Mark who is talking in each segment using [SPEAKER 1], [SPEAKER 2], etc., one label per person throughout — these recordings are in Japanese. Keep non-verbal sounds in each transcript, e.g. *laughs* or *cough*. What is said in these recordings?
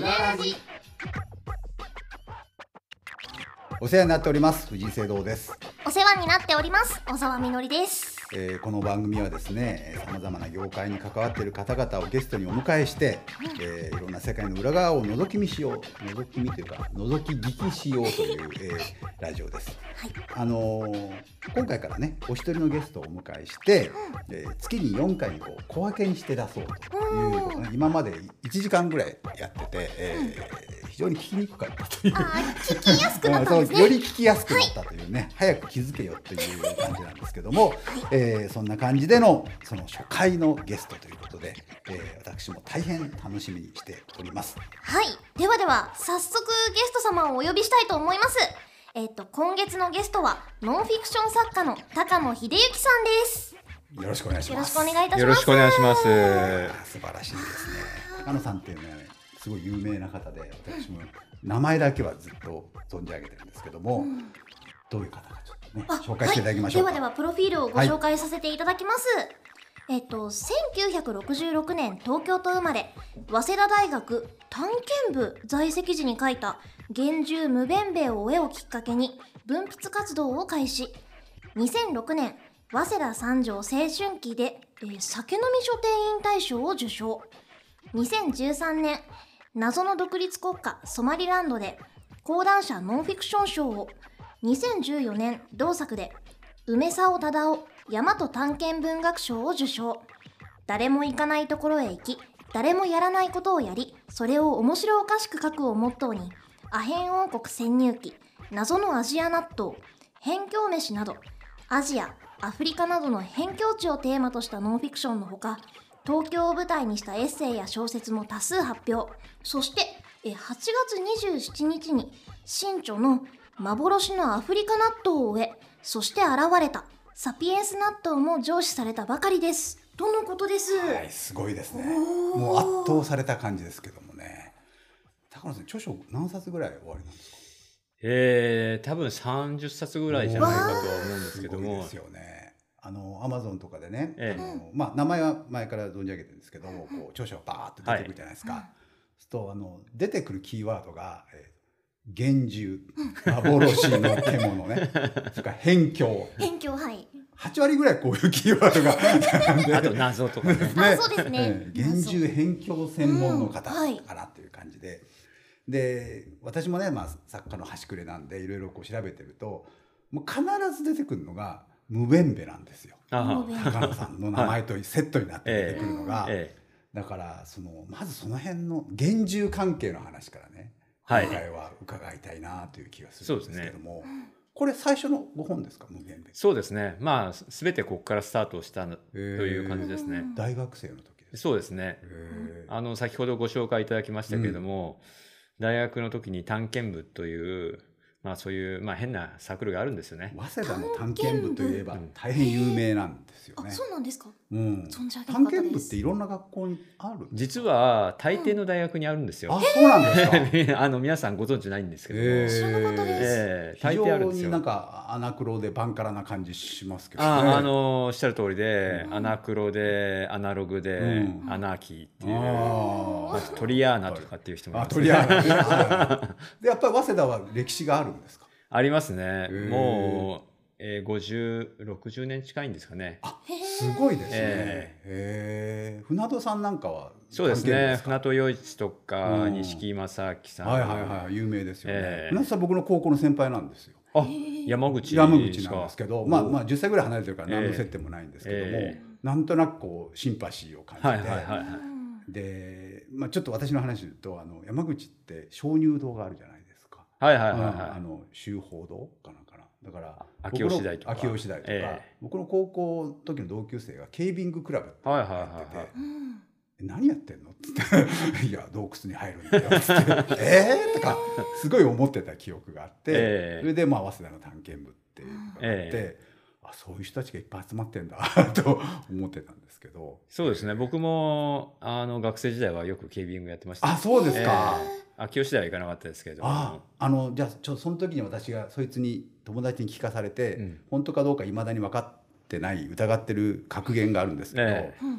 [SPEAKER 1] ラジ
[SPEAKER 2] お世話になっております藤井聖堂です、
[SPEAKER 1] お世話になっております小沢みのり
[SPEAKER 3] *laughs*
[SPEAKER 1] です
[SPEAKER 2] えーこの番組はですねさまざまな業界に関わっている方々をゲストにお迎えして、えーいろんな世界の裏側を覗き見しよう覗き見というか覗き聞きしようという、えーラジオです
[SPEAKER 1] はい
[SPEAKER 2] あのー今回からねお一人のゲストをお迎えして、えー月に4回こう小分けにして出そうということね今まで1時間ぐらいやってて、えー非常に聞きにくかったという
[SPEAKER 1] あー聞きやすくなったんで
[SPEAKER 2] う
[SPEAKER 1] す
[SPEAKER 2] んそうよ
[SPEAKER 1] ね
[SPEAKER 2] り聞きやすくなったというね、早く気づけよという感じなんですけども、えーそんな感じでのその初回のゲストということで、えー私も大変楽しみにしております。
[SPEAKER 1] はいではでは早速ゲスト様をお呼びしたいと思いますえっ、と今月のゲストはノンフィクション作家の高野秀幸さんです
[SPEAKER 2] よろしくお願いし
[SPEAKER 1] よ
[SPEAKER 2] ま
[SPEAKER 1] ろし
[SPEAKER 2] す。
[SPEAKER 1] くお願いいたします
[SPEAKER 3] よろしくお願いします。
[SPEAKER 2] あ素晴らしいですね。高野さんっていうのはね、すごい有名な方で、私も名前だけはずっと存じ上げてるんですけども、どういう方かちょっとね、紹介していただきましょうか。
[SPEAKER 1] はい、ではではプロフィールをご紹介させていただきます、えっと1966年東京都生まれ早稲田大学探検部在籍時に書いた「厳重無弁米を絵」をきっかけに文筆活動を開始2006年早稲田三条青春期で、えー酒飲み書店員大賞を受賞2013年謎の独立国家ソマリランドで講談社ノンフィクション賞を2014年同作で梅沢忠夫大和探検文学賞を受賞誰も行かないところへ行き誰もやらないことをやりそれを面白おかしく書くをモットーにアヘン王国潜入記謎のアジア納豆辺境飯などアジアアフリカなどの辺境地をテーマとしたノンフィクションのほか東京を舞台にしたエッセイや小説も多数発表そしてえ8月27日に新著の「幻のアフリカ納豆」を終えそして現れた「サピエンス納豆」も上司されたばかりですとのことです、
[SPEAKER 2] はい、すごいですね。もう圧倒された感じですけどもね。高野さん、著書何冊ぐらい終わりなんですか。
[SPEAKER 3] えー、多分30冊ぐらいじゃないかとは思うんですけど
[SPEAKER 2] ごい
[SPEAKER 3] も
[SPEAKER 2] です、よね。あのアマゾンとかでね、
[SPEAKER 3] ええ
[SPEAKER 2] あのまあ名前は前から存じ上げてるんですけども、こう著書がバーって出てくるじゃないですか。そうするとあの出てくるキーワードが、えー、幻獣、幻の獣 *laughs* ね、それから辺境、
[SPEAKER 1] 辺境はい
[SPEAKER 2] 八割ぐらいこういうキーワードが並んで
[SPEAKER 3] あと謎と
[SPEAKER 2] *laughs*
[SPEAKER 3] かね。
[SPEAKER 1] あそうですね
[SPEAKER 2] ええ厳重辺境専門の方
[SPEAKER 1] うんはい
[SPEAKER 2] かなという感じで、で私もね、まあ、作家の端くれなんでいろいろこう調べてるともう必ず出てくるのが「無弁べ」なんですよ。
[SPEAKER 3] あ
[SPEAKER 1] 神戸
[SPEAKER 2] 高野さんの名前とセットになって出てくるのが、
[SPEAKER 3] あえ
[SPEAKER 2] だからそのまずその辺の厳重関係の話からね、
[SPEAKER 3] はい
[SPEAKER 2] 今回は伺いたいなという気がするんで
[SPEAKER 3] そ
[SPEAKER 2] す
[SPEAKER 3] うです
[SPEAKER 2] けど
[SPEAKER 3] ね
[SPEAKER 2] も、これ最初のご本ですか無弁べ
[SPEAKER 3] え。そうですね。まあ、すべてここからスタートしたという感じですね。
[SPEAKER 2] 大学生の時ですか。
[SPEAKER 3] そうですね。
[SPEAKER 2] へえ
[SPEAKER 3] あの、先ほどご紹介いただきましたけれども、大学の時に探検部という、まあそういう、まあ変なサークルがあるんですよね。
[SPEAKER 2] 早稲田の探検部といえば大変有名なんですよ
[SPEAKER 1] あ
[SPEAKER 2] ね。
[SPEAKER 1] そうなんですか
[SPEAKER 2] うん、
[SPEAKER 1] 存じ上げなかっ
[SPEAKER 2] 探
[SPEAKER 1] たです
[SPEAKER 2] 検部っていろんな学校にある。
[SPEAKER 3] 実は、大抵の大学にあるんですよ
[SPEAKER 2] あ、。そうなんですか。
[SPEAKER 3] *laughs* あの、皆さんご存知ないんですけども。
[SPEAKER 2] へ
[SPEAKER 1] 知らなかったです
[SPEAKER 3] ええ
[SPEAKER 2] 非
[SPEAKER 3] 大抵ある
[SPEAKER 2] 常
[SPEAKER 3] んですよ
[SPEAKER 2] になんかアナクロでバンカラな感じしますけどね。
[SPEAKER 3] ああのおっしゃる通りで、
[SPEAKER 1] うん
[SPEAKER 3] アナクロでアナログで、
[SPEAKER 2] うん
[SPEAKER 3] アナーキーっていう
[SPEAKER 2] あ
[SPEAKER 3] あとトリアーナとかっていう人もい
[SPEAKER 2] あ、
[SPEAKER 3] ます
[SPEAKER 2] とりあえずね。はいで、やっぱり早稲田は歴史があるんですか。
[SPEAKER 3] *laughs* ありますね
[SPEAKER 2] ー
[SPEAKER 3] もう、えー、5060年近いんですかね
[SPEAKER 2] あ、すごいですね。
[SPEAKER 3] え
[SPEAKER 2] へえ船戸さんなんかは
[SPEAKER 3] そうです
[SPEAKER 2] 探検
[SPEAKER 3] ね
[SPEAKER 2] 部か
[SPEAKER 3] 船戸洋一とか
[SPEAKER 2] うん
[SPEAKER 3] 錦井正明さん、
[SPEAKER 2] はいはいはい有名ですよね。
[SPEAKER 3] ええ
[SPEAKER 2] 船戸さん僕の高校の先輩なんですよ。
[SPEAKER 3] あ山口
[SPEAKER 2] 山口なんですけど、まあま
[SPEAKER 3] あ
[SPEAKER 2] あ10歳ぐらい離れてるから何の接点もないんですけども、
[SPEAKER 3] え
[SPEAKER 2] なんとなくこうシンパシーを感
[SPEAKER 3] はい
[SPEAKER 2] じ
[SPEAKER 3] はい
[SPEAKER 2] て、
[SPEAKER 3] はいはい
[SPEAKER 1] うん
[SPEAKER 2] で、まあ、ちょっと私の話で言うとあの山口って鍾乳洞があるじゃないですか、
[SPEAKER 3] はいはいはい
[SPEAKER 2] うん
[SPEAKER 3] は
[SPEAKER 2] あ
[SPEAKER 3] い
[SPEAKER 2] の修法堂かなんかなだから
[SPEAKER 3] あ
[SPEAKER 2] 僕の
[SPEAKER 3] 秋吉台とか
[SPEAKER 2] 秋吉台とか、
[SPEAKER 3] ええ
[SPEAKER 2] 僕の高校の時の同級生がケービングクラブって
[SPEAKER 3] はい
[SPEAKER 2] や
[SPEAKER 3] は
[SPEAKER 2] っ
[SPEAKER 3] いはいはい
[SPEAKER 2] てて。
[SPEAKER 1] うん
[SPEAKER 2] 何やってんの?」っつって「 *laughs* いや洞窟に入るんだよ」っつって「
[SPEAKER 3] *laughs*
[SPEAKER 2] えー?」とかすごい思ってた記憶があって、
[SPEAKER 3] ええ
[SPEAKER 2] それでまあ早稲田の探検部っていうのがあって、
[SPEAKER 3] え
[SPEAKER 2] あそういう人たちがいっぱい集まってんだ *laughs* と思ってたんですけど
[SPEAKER 3] そうですね僕もあの学生時代はよくケービングやってました
[SPEAKER 2] あそうですか。
[SPEAKER 3] 秋吉台は行かなかったですけれども
[SPEAKER 2] あああのじゃあちょその時に私がそいつに友達に聞かされて、
[SPEAKER 3] うん
[SPEAKER 2] 本当かどうかいまだに分かってない疑ってる格言があるんですけど、
[SPEAKER 3] え
[SPEAKER 1] うん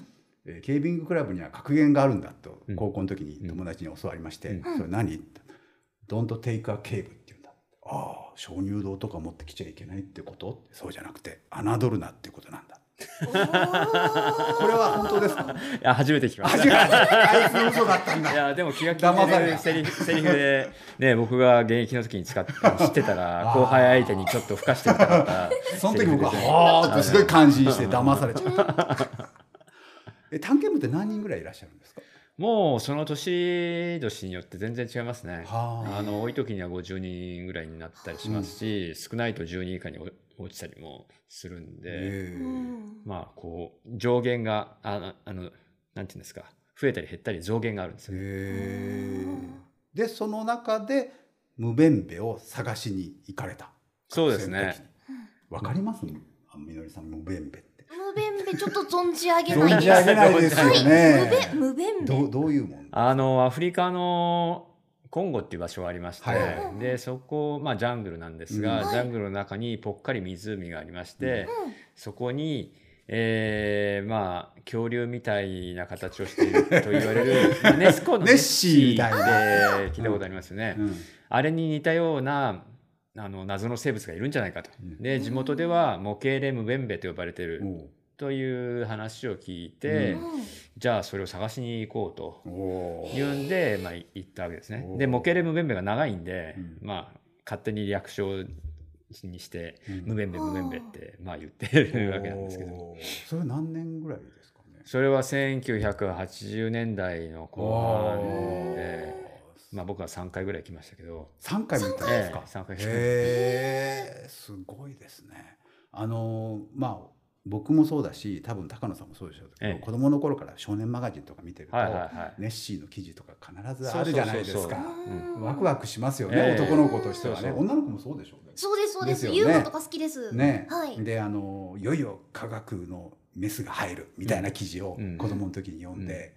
[SPEAKER 2] えーケービングクラブには格言があるんだと
[SPEAKER 3] うん
[SPEAKER 2] 高校の時に友達に教わりまして、
[SPEAKER 3] うん
[SPEAKER 2] それ何って「Don't take a cave」って言うんだああ鍾乳洞とか持ってきちゃいけないってことそうじゃなくて侮るなってことなんだ
[SPEAKER 1] おー
[SPEAKER 2] これは本当ですか
[SPEAKER 3] いや初めて聞きま
[SPEAKER 2] あ
[SPEAKER 3] し
[SPEAKER 2] 違う
[SPEAKER 3] た。
[SPEAKER 2] あいつの嘘だったんだ *laughs*
[SPEAKER 3] いやでも気が利
[SPEAKER 2] 騙
[SPEAKER 3] い
[SPEAKER 2] さ
[SPEAKER 3] て
[SPEAKER 2] れ
[SPEAKER 3] る
[SPEAKER 2] た
[SPEAKER 3] セリフセリフで、
[SPEAKER 2] *laughs*
[SPEAKER 3] ね、僕が現役の時に使って知ってたら
[SPEAKER 2] あー
[SPEAKER 3] 後輩相手にちょっとふかしてみたかった
[SPEAKER 2] *laughs* その時
[SPEAKER 3] セリフ
[SPEAKER 2] 僕
[SPEAKER 3] で
[SPEAKER 2] は
[SPEAKER 3] すね
[SPEAKER 2] 「はあ」ってすごい感心して騙されちゃった。 *laughs* え探検部って何人ぐらいいらっしゃるんですか。
[SPEAKER 3] もうその年々によって全然違いますね。
[SPEAKER 2] は
[SPEAKER 3] あの多い時には50人ぐらいになったりしますし、少ないと10人以下に落落ちたりもするんで、
[SPEAKER 1] う
[SPEAKER 2] え
[SPEAKER 1] ん
[SPEAKER 3] まあこう上限があのあのなんていうんですか増えたり減ったり増減があるんですよね。
[SPEAKER 2] へえでその中で無弁べを探しに行かれた。
[SPEAKER 3] そうですね。
[SPEAKER 2] わかります？あのみのりさん無弁べって。
[SPEAKER 1] 無弁べちょっと存じ上げない
[SPEAKER 2] *laughs* 存
[SPEAKER 1] です
[SPEAKER 2] じ上げないですよ
[SPEAKER 1] はい、
[SPEAKER 2] ね。
[SPEAKER 1] 無弁無弁
[SPEAKER 2] どう
[SPEAKER 1] べ
[SPEAKER 2] どういうもん？
[SPEAKER 3] あのアフリカのコンゴっていう場所がありまして、
[SPEAKER 2] はいはい
[SPEAKER 3] でそこ、まあ、ジャングルなんですが、
[SPEAKER 2] うん
[SPEAKER 1] はい
[SPEAKER 3] ジャングルの中にぽっかり湖がありまして、
[SPEAKER 1] うん
[SPEAKER 3] そこに、えーまあ恐竜みたいな形をしていると言わ
[SPEAKER 2] *laughs*
[SPEAKER 3] れるまあネスコの
[SPEAKER 2] ネッシーみたい
[SPEAKER 3] ネッシーで聞いたことありますよね、
[SPEAKER 2] うん
[SPEAKER 3] あれに似たようなあの謎の生物がいるんじゃないかと
[SPEAKER 2] うん
[SPEAKER 3] で地元ではモケレムベンベと呼ばれてる
[SPEAKER 2] おう
[SPEAKER 3] という話を聞いて、
[SPEAKER 2] うん
[SPEAKER 3] じゃあそれを探しに行こうと
[SPEAKER 2] おう
[SPEAKER 3] 言うんで、まあ、い行ったわけですね
[SPEAKER 2] お。ー
[SPEAKER 3] で、モケレムベンベが長いんで、
[SPEAKER 2] うん
[SPEAKER 3] まあ、勝手に略称にして、
[SPEAKER 2] うん
[SPEAKER 3] ムベンベ、ムベンベって、まあ、言ってるわけなんですけど、
[SPEAKER 2] おうそれは何年ぐらいですかね。
[SPEAKER 3] それは1980年代の後半で、まあ、僕は3回ぐらい来ましたけど、
[SPEAKER 2] 三回も行ったん
[SPEAKER 3] え
[SPEAKER 2] です
[SPEAKER 3] え
[SPEAKER 2] か。
[SPEAKER 3] 三回来ました
[SPEAKER 2] へえすごいですね。あのまあ僕もそうだし多分高野さんもそうでしょうけど、
[SPEAKER 3] ええ
[SPEAKER 2] 子供の頃から少年マガジンとか見てると、
[SPEAKER 3] はいはいはい。
[SPEAKER 2] ネッシーの記事とか必ず
[SPEAKER 3] そうそうそうそう
[SPEAKER 2] あるじゃないですか。
[SPEAKER 3] うん
[SPEAKER 2] ワクワクしますよね、
[SPEAKER 3] ええ
[SPEAKER 2] 男の子としてはね
[SPEAKER 3] そうそう
[SPEAKER 2] 女の子もそうでしょうね。
[SPEAKER 1] そうですそうです
[SPEAKER 2] ですよ
[SPEAKER 1] ユ
[SPEAKER 2] ね
[SPEAKER 1] ーモとか好きです
[SPEAKER 2] ね
[SPEAKER 1] はい
[SPEAKER 2] であのいよいよ科学のメスが入るみたいな記事を
[SPEAKER 3] うん
[SPEAKER 2] 子供の時に読んで、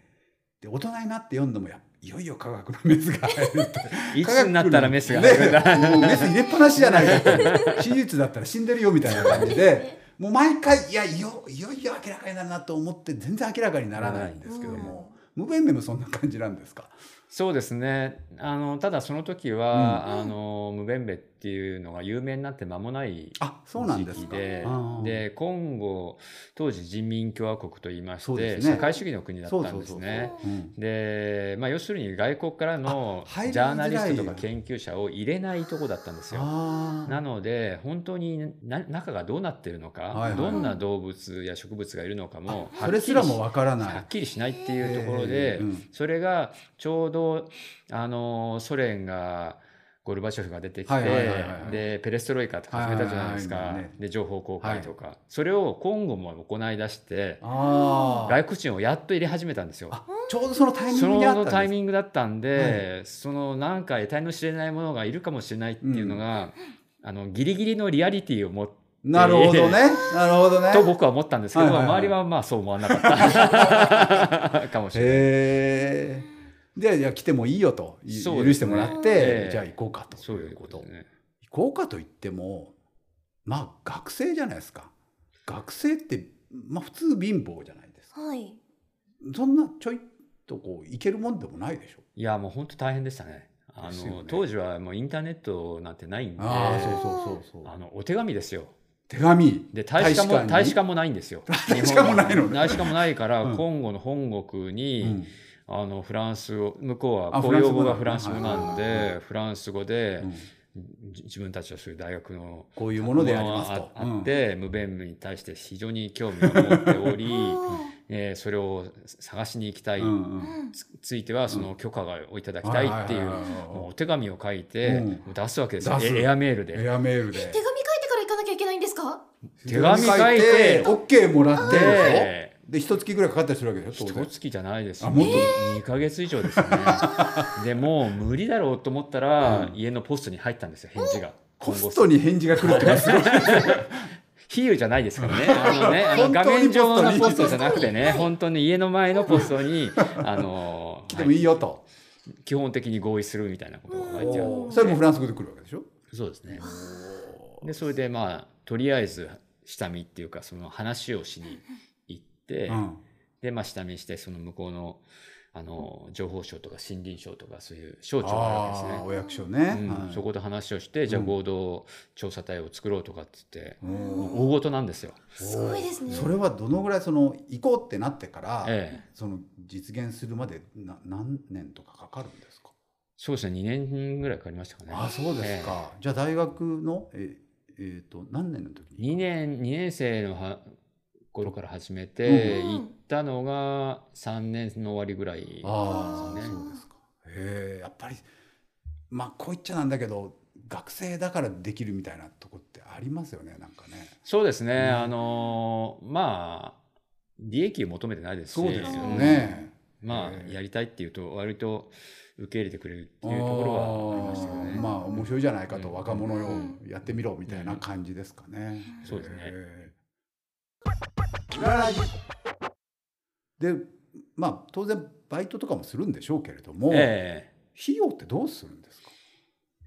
[SPEAKER 2] で大人になって読んでもやいよいよ科学のメスが入るって
[SPEAKER 3] いつになったらメスが入るんだ、
[SPEAKER 2] ねもうメス入れっぱなしじゃないかっていう手術だったら死んでるよみたいな感じ
[SPEAKER 3] *laughs*
[SPEAKER 2] でもう毎回いやいよいよいよ明らかになるなと思って全然明らかにならないんですけども、無弁でもそんな感じなんですか、
[SPEAKER 3] そうですね。あの、ただその時は、あの、ムベンベっていうのが有名になって間もない
[SPEAKER 2] あそうなんです
[SPEAKER 3] 時期
[SPEAKER 2] か
[SPEAKER 3] で
[SPEAKER 2] ああ
[SPEAKER 3] でコンゴ当時人民共和国と言いまし
[SPEAKER 2] そう
[SPEAKER 3] て、
[SPEAKER 2] ですね
[SPEAKER 3] 社会主義の国だったんですね。
[SPEAKER 1] そう
[SPEAKER 2] うん
[SPEAKER 3] で、まあ、要するに外国からの
[SPEAKER 2] あ入りづらい
[SPEAKER 3] ジャーナリストとか研究者を入れないとこだったんですよ。
[SPEAKER 2] あ
[SPEAKER 3] なので本当にな中がどうなってるのか、
[SPEAKER 2] はいはい
[SPEAKER 3] どんな動物や植物がいるのかも
[SPEAKER 2] あそれすらもわから
[SPEAKER 3] は
[SPEAKER 2] ない
[SPEAKER 3] っ。きりしないっていうところで、
[SPEAKER 2] えーうん
[SPEAKER 3] それがちょうどあのソ連がゴルバチョフが出てきて、
[SPEAKER 2] はいはいはいはい
[SPEAKER 3] でペレストロイカとか始めたじゃないですか、
[SPEAKER 2] はいはいはいはい
[SPEAKER 3] で情報公開とか、それをコンゴも行い出して
[SPEAKER 2] ああ
[SPEAKER 3] 外国人をやっと入れ始めたんですよ。
[SPEAKER 2] あちょうどそのタイミン
[SPEAKER 3] そ
[SPEAKER 2] グにあっ
[SPEAKER 3] の
[SPEAKER 2] た
[SPEAKER 3] タ
[SPEAKER 2] ん
[SPEAKER 3] イ
[SPEAKER 2] です
[SPEAKER 3] ミングだったんで、そのなんか得体の知れないものがいるかもしれないっていうのが、あのギリギリのリアリティを持っ
[SPEAKER 2] なるほどねなるほどね。
[SPEAKER 3] と僕は思ったんですけど、
[SPEAKER 2] はいはいはい
[SPEAKER 3] 周りはまあそう思わな
[SPEAKER 2] *laughs*
[SPEAKER 3] かったかもしれない。
[SPEAKER 2] へえ。で、じゃあ来てもいいよと、い
[SPEAKER 3] そうですね
[SPEAKER 2] 許してもらって、
[SPEAKER 3] ええ
[SPEAKER 2] じゃあ行こうかと。
[SPEAKER 3] そういう
[SPEAKER 2] こ
[SPEAKER 3] こと
[SPEAKER 2] と
[SPEAKER 3] です。ね。
[SPEAKER 2] 行こうかと言っても、まあ学生じゃないですか。学生って、まあ普通貧乏じゃないですか。
[SPEAKER 1] はい
[SPEAKER 2] そんなちょいとこう行けるもんでもないでしょ。
[SPEAKER 3] いやもう本当大変でしたね。あ
[SPEAKER 2] です
[SPEAKER 3] の
[SPEAKER 2] よね
[SPEAKER 3] 当時はもうインターネットなんてないんで、
[SPEAKER 2] ああ、そう
[SPEAKER 1] う
[SPEAKER 2] そうそうそう。
[SPEAKER 3] あのお手紙ですよ。
[SPEAKER 2] 手紙。
[SPEAKER 3] で大使館
[SPEAKER 2] 大使館
[SPEAKER 3] も
[SPEAKER 2] に
[SPEAKER 3] 大使館もないんですよ。
[SPEAKER 2] 大使館もないの
[SPEAKER 3] 日本大使館もないから、
[SPEAKER 2] うん
[SPEAKER 3] コンゴの本国に、
[SPEAKER 2] うん
[SPEAKER 3] あのフランス語向こうは
[SPEAKER 2] あ
[SPEAKER 3] 公用語がフ
[SPEAKER 2] フ
[SPEAKER 3] ラ
[SPEAKER 2] ラ
[SPEAKER 3] ン
[SPEAKER 2] ン
[SPEAKER 3] ス
[SPEAKER 2] ス
[SPEAKER 3] 語
[SPEAKER 2] 語
[SPEAKER 3] なん
[SPEAKER 2] はいはい
[SPEAKER 3] でフランス語で
[SPEAKER 2] う、ん
[SPEAKER 3] じ自分たちはそういう大学の
[SPEAKER 2] こういうものでありますと。
[SPEAKER 3] あって、無弁部に対して非常に興味を持っており、
[SPEAKER 2] *laughs*
[SPEAKER 3] えーそれを探しに行きたい。
[SPEAKER 2] うんうんうん
[SPEAKER 1] うん
[SPEAKER 3] つついてはその許可をいただきたいって
[SPEAKER 2] はいはいは
[SPEAKER 3] いう
[SPEAKER 2] いはい
[SPEAKER 3] もうお手紙を書いて
[SPEAKER 2] うん
[SPEAKER 3] 出すわけですよ、
[SPEAKER 2] 出す
[SPEAKER 3] エエアメールで。
[SPEAKER 2] エアメールで
[SPEAKER 1] 手紙書いてから行かなきゃいけないんですか
[SPEAKER 3] 手紙書いて
[SPEAKER 2] オッケーもらってるで
[SPEAKER 3] で
[SPEAKER 2] しょで一月ぐらいかかったりするわけでしょ
[SPEAKER 3] 一
[SPEAKER 2] 当然
[SPEAKER 3] 月じゃないですよ、
[SPEAKER 2] あもっと
[SPEAKER 3] 2ヶ月以上ですよねでもう無理だろうと思ったら、
[SPEAKER 2] うん
[SPEAKER 3] 家のポストに入ったんですよ返事が
[SPEAKER 2] ポストに返事が来るってのはすごい
[SPEAKER 3] 比喩じゃないで
[SPEAKER 2] *laughs*
[SPEAKER 3] すからねあのねあの
[SPEAKER 2] 本当
[SPEAKER 3] 画
[SPEAKER 2] に
[SPEAKER 3] 面上のポ
[SPEAKER 2] ポ
[SPEAKER 3] ス
[SPEAKER 2] ス
[SPEAKER 3] ト
[SPEAKER 2] ト
[SPEAKER 3] じゃ
[SPEAKER 2] に
[SPEAKER 3] なくてね本当に家の前のポストにあの
[SPEAKER 2] *laughs* 来てもいいよと、
[SPEAKER 3] はい基本的に合意するみたいなことが書いてある
[SPEAKER 2] おーそれもフランス語で来るわけでしょ
[SPEAKER 3] そうですねでそれでまあとりあえず下見っていうかその話をしに行って、
[SPEAKER 2] うん
[SPEAKER 3] でまあ下見してその向こうのあの情報省とか森林省とかそういう省庁があるわけです
[SPEAKER 2] あ
[SPEAKER 3] ね
[SPEAKER 2] あ、。お役所ね。
[SPEAKER 3] うんそこで話をして、じゃあ合同調査隊を作ろうとかって言って、
[SPEAKER 2] うん
[SPEAKER 3] 大ごとなんですよ。
[SPEAKER 1] すごいですね
[SPEAKER 2] それはどのぐらいその行こうってなってから、
[SPEAKER 3] ええ、
[SPEAKER 2] その実現するまでな何年とかかかるんですか。
[SPEAKER 3] そうですね、2年ぐらいかかりましたかね。
[SPEAKER 2] あ、そうですか。じゃあ大学のええーと何年の時に。
[SPEAKER 3] 2年、2年生のは頃から始めて、
[SPEAKER 1] うん
[SPEAKER 3] 行ったのが3年の終わりぐらい。
[SPEAKER 2] あ
[SPEAKER 3] そう
[SPEAKER 2] あ、
[SPEAKER 3] ですね
[SPEAKER 2] そうですか。へえ、やっぱりまあこう言っちゃなんだけど、学生だからできるみたいなとこってありますよね、なんかね。
[SPEAKER 3] そうですね、
[SPEAKER 2] うん
[SPEAKER 3] あのーまあ、利益を求めてないですし、
[SPEAKER 2] そうですよ
[SPEAKER 1] うん
[SPEAKER 2] ね。
[SPEAKER 3] ま
[SPEAKER 2] え
[SPEAKER 3] あ、
[SPEAKER 2] え
[SPEAKER 3] やりたいっていうと、割と受け入れてくれるっていうところはありましたよね。
[SPEAKER 2] あーまあ面白いじゃないかと、
[SPEAKER 3] うん
[SPEAKER 2] 若者よ
[SPEAKER 1] うん
[SPEAKER 2] やってみろみたいな感じですかね。
[SPEAKER 3] んそうですね
[SPEAKER 2] へー。裏ラジでまあ当然バイトとかもするんでしょうけれども、
[SPEAKER 3] ええ
[SPEAKER 2] 費用ってどうするんですか